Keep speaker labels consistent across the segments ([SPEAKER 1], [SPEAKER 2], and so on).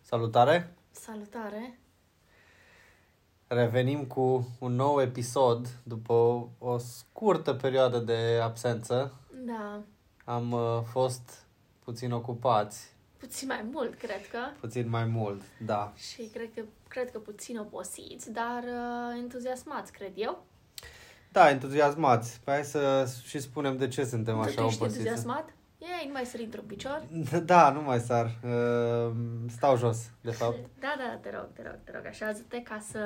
[SPEAKER 1] Salutare!
[SPEAKER 2] Salutare!
[SPEAKER 1] Revenim cu un nou episod după o scurtă perioadă de absență.
[SPEAKER 2] Da,
[SPEAKER 1] Am uh, fost puțin ocupați,
[SPEAKER 2] puțin mai mult, cred că.
[SPEAKER 1] puțin mai mult, da.
[SPEAKER 2] Și cred că, cred că puțin obosiți, dar uh, entuziasmați, cred eu.
[SPEAKER 1] Da, entuziasmați. Hai să și spunem de ce suntem
[SPEAKER 2] tu
[SPEAKER 1] așa
[SPEAKER 2] ești
[SPEAKER 1] obosiți.
[SPEAKER 2] entuziasmat? Ei, nu mai sări într-un picior?
[SPEAKER 1] Da, nu mai sar. Uh, Stau jos, de fapt.
[SPEAKER 2] Da, da, te rog, te rog, te rog, așează-te ca să,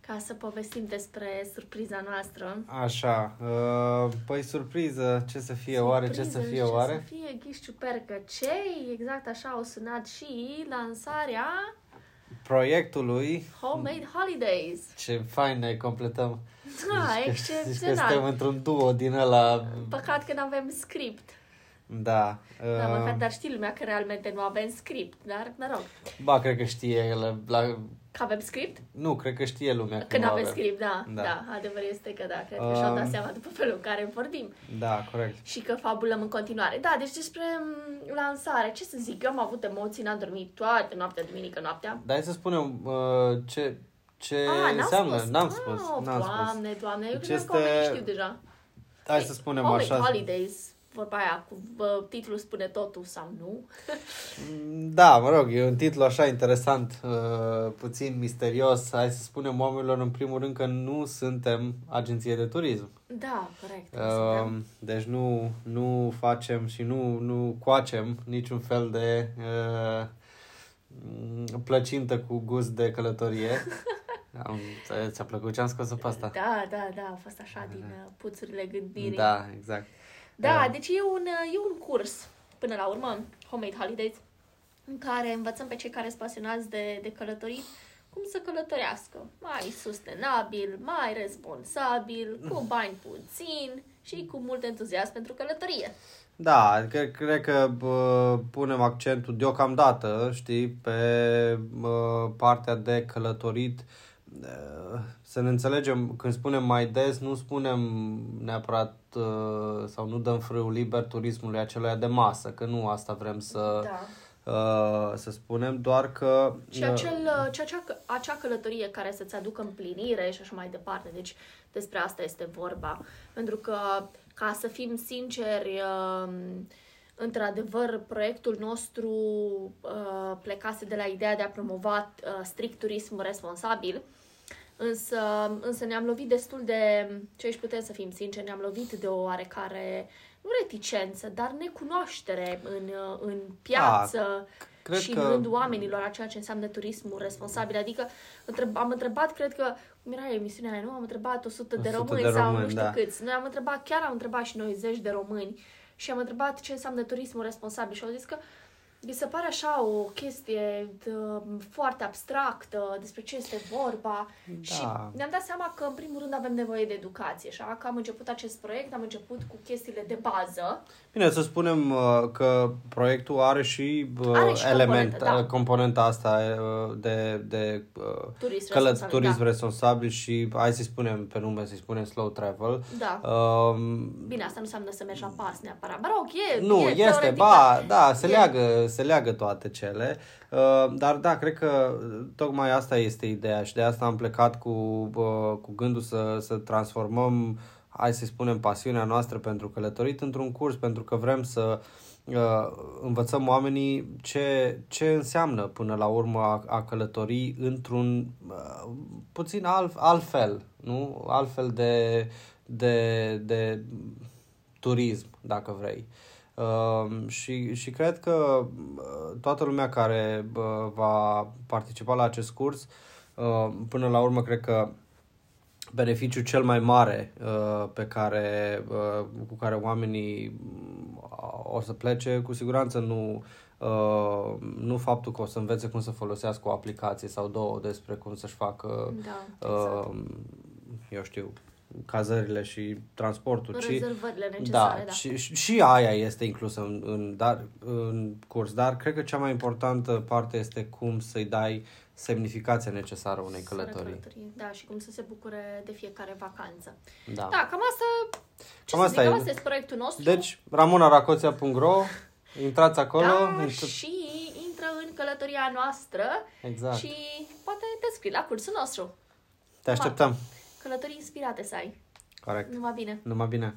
[SPEAKER 2] ca să povestim despre surpriza noastră.
[SPEAKER 1] Așa, uh, păi surpriză, ce să fie oare, ce să
[SPEAKER 2] Surpriză,
[SPEAKER 1] fie oare?
[SPEAKER 2] Ce să fie, ghișciu percă cei, exact așa au sunat și lansarea
[SPEAKER 1] Proiectului,
[SPEAKER 2] Homemade Holidays.
[SPEAKER 1] ce fain ne completăm.
[SPEAKER 2] Da,
[SPEAKER 1] Zici că- Deci, Zici că suntem
[SPEAKER 2] excepțional.
[SPEAKER 1] într-un duo din ăla
[SPEAKER 2] Păcat că nu avem script.
[SPEAKER 1] Da.
[SPEAKER 2] Da,
[SPEAKER 1] uh,
[SPEAKER 2] măcar, dar știi lumea că realmente nu avem script, dar, mă rog,
[SPEAKER 1] Ba, cred că știe la, la...
[SPEAKER 2] că avem script?
[SPEAKER 1] Nu, cred că știe lumea
[SPEAKER 2] Că nu avem
[SPEAKER 1] avem.
[SPEAKER 2] script, da,
[SPEAKER 1] Da.
[SPEAKER 2] da, da, adevărul este că da, cred că și-au dat
[SPEAKER 1] Um.
[SPEAKER 2] seama după felul în care vorbim
[SPEAKER 1] Da, corect.
[SPEAKER 2] și că fabulăm în continuare. Da, deci despre m, lansare, ce să zic, eu am avut emoții, n-am dormit toată noaptea, duminică noaptea.
[SPEAKER 1] Dar hai să spunem uh, ce, ce
[SPEAKER 2] Ah, n-am
[SPEAKER 1] înseamnă.
[SPEAKER 2] spus.
[SPEAKER 1] N-am
[SPEAKER 2] Ah,
[SPEAKER 1] spus. n-am spus.
[SPEAKER 2] doamne, doamne, eu
[SPEAKER 1] Deci
[SPEAKER 2] cred că
[SPEAKER 1] este-
[SPEAKER 2] oamenii știu deja.
[SPEAKER 1] Hai
[SPEAKER 2] Ei,
[SPEAKER 1] să spunem
[SPEAKER 2] Homemade
[SPEAKER 1] așa.
[SPEAKER 2] Holidays, vorba aia, cu bă, titlul spune totul sau nu.
[SPEAKER 1] Da, mă rog, e un titlu așa interesant, uh, puțin misterios. Hai să spunem oamenilor, în primul rând, că nu suntem agenție de turism.
[SPEAKER 2] Da, corect. nu suntem.
[SPEAKER 1] Uh, deci nu, nu facem și nu, nu coacem niciun fel de uh, m, plăcintă cu gust de călătorie. Am, ți-a- ți-a plăcut ce am scos pe asta?
[SPEAKER 2] Da, da, da, a fost așa din uh, puțurile gândirii.
[SPEAKER 1] Da, exact.
[SPEAKER 2] Da,
[SPEAKER 1] Uh,
[SPEAKER 2] deci e un, e un curs, până la urmă, Homemade Holidays, în care învățăm pe cei care sunt pasionați de, de călătorii cum să călătorească mai sustenabil, mai responsabil, cu bani puțin și cu mult entuziasm pentru călătorie.
[SPEAKER 1] Da, cred, cred că bă, punem accentul deocamdată, știi, pe bă, partea de călătorit. Uh, Să ne înțelegem, când spunem mai des, nu spunem neapărat uh, sau nu dăm frâul liber turismului acelea de masă, că nu asta vrem să,
[SPEAKER 2] Da.
[SPEAKER 1] uh, să spunem, doar că... ă,
[SPEAKER 2] Și acel, uh, și acea, acea călătorie care să-ți aducă împlinire și așa mai departe. Deci despre asta este vorba. Pentru că, ca să fim sinceri, um, într-adevăr, proiectul nostru uh, plecase de la ideea de a promova uh, strict turism responsabil. Însă, însă ne-am lovit destul de, ce aici putem să fim sinceri, ne-am lovit de o oarecare, nu reticență, dar necunoaștere în, uh, în piață
[SPEAKER 1] cred
[SPEAKER 2] și
[SPEAKER 1] că-
[SPEAKER 2] în rândul oamenilor a ceea ce înseamnă turismul responsabil. Adică întreb, am întrebat, cred că, cum era emisiunea aia, nu? Am întrebat 100
[SPEAKER 1] 100
[SPEAKER 2] de
[SPEAKER 1] de
[SPEAKER 2] români sau
[SPEAKER 1] români,
[SPEAKER 2] nu știu
[SPEAKER 1] da.
[SPEAKER 2] câți. Noi am întrebat, chiar am întrebat și noi zeci de români și am întrebat ce înseamnă turismul responsabil și au zis că mi se pare așa o chestie dă, foarte abstractă despre ce este vorba
[SPEAKER 1] Da.
[SPEAKER 2] și ne-am dat seama că în primul rând avem nevoie de educație, așa că am început acest proiect, am început cu chestiile de bază.
[SPEAKER 1] Bine, să spunem uh, că proiectul are și, uh,
[SPEAKER 2] Are și
[SPEAKER 1] element,
[SPEAKER 2] componentă, da.
[SPEAKER 1] uh, componenta asta uh, de, de uh,
[SPEAKER 2] Turism
[SPEAKER 1] călă-
[SPEAKER 2] responsabil,
[SPEAKER 1] turism
[SPEAKER 2] da.
[SPEAKER 1] responsabil și hai să-i spunem pe nume, să-i spunem slow travel.
[SPEAKER 2] Da.
[SPEAKER 1] Um,
[SPEAKER 2] Bine, asta nu înseamnă să mergi la pas neapărat. Mă rog, e,
[SPEAKER 1] nu,
[SPEAKER 2] e
[SPEAKER 1] este,
[SPEAKER 2] teoretic,
[SPEAKER 1] ba, da, se
[SPEAKER 2] E.
[SPEAKER 1] leagă, se leagă toate cele, uh, dar da, cred că tocmai asta este ideea și de asta am plecat cu, uh, cu gândul să, să transformăm, hai să spunem, pasiunea noastră pentru călătorit într-un curs, pentru că vrem să uh, învățăm oamenii ce, ce înseamnă până la urmă a, a călători într-un uh, puțin alt, altfel, nu? Altfel de, de, de turism, dacă vrei. Um, și, și cred că uh, toată lumea care uh, va participa la acest curs, uh, până la urmă, cred că beneficiul cel mai mare uh, pe care, uh, cu care oamenii uh, o să plece, cu siguranță nu, uh, nu faptul că o să învețe cum să folosească o aplicație sau două despre cum să-și facă,
[SPEAKER 2] Da,
[SPEAKER 1] uh, eu știu, cazările și transportul, ci
[SPEAKER 2] Rezervările necesare, da.
[SPEAKER 1] și, și- și aia este inclusă în, în, dar, în curs, dar cred că cea mai importantă parte este cum să-i dai semnificația necesară unei
[SPEAKER 2] Fără
[SPEAKER 1] călătorii.
[SPEAKER 2] Da, și cum să se bucure de fiecare vacanță.
[SPEAKER 1] Da.
[SPEAKER 2] Da, cam asta, ce
[SPEAKER 1] Cam
[SPEAKER 2] cam să
[SPEAKER 1] asta
[SPEAKER 2] zic,
[SPEAKER 1] e.
[SPEAKER 2] cam asta este proiectul nostru.
[SPEAKER 1] Deci, ramonaracoția.ro, intrați acolo,
[SPEAKER 2] da,
[SPEAKER 1] int-
[SPEAKER 2] și intră în călătoria noastră
[SPEAKER 1] Exact.
[SPEAKER 2] și poate te scrii la cursul nostru.
[SPEAKER 1] Te așteptăm.
[SPEAKER 2] Călătorii inspirate să ai.
[SPEAKER 1] Corect.
[SPEAKER 2] Numai bine!
[SPEAKER 1] Numai bine.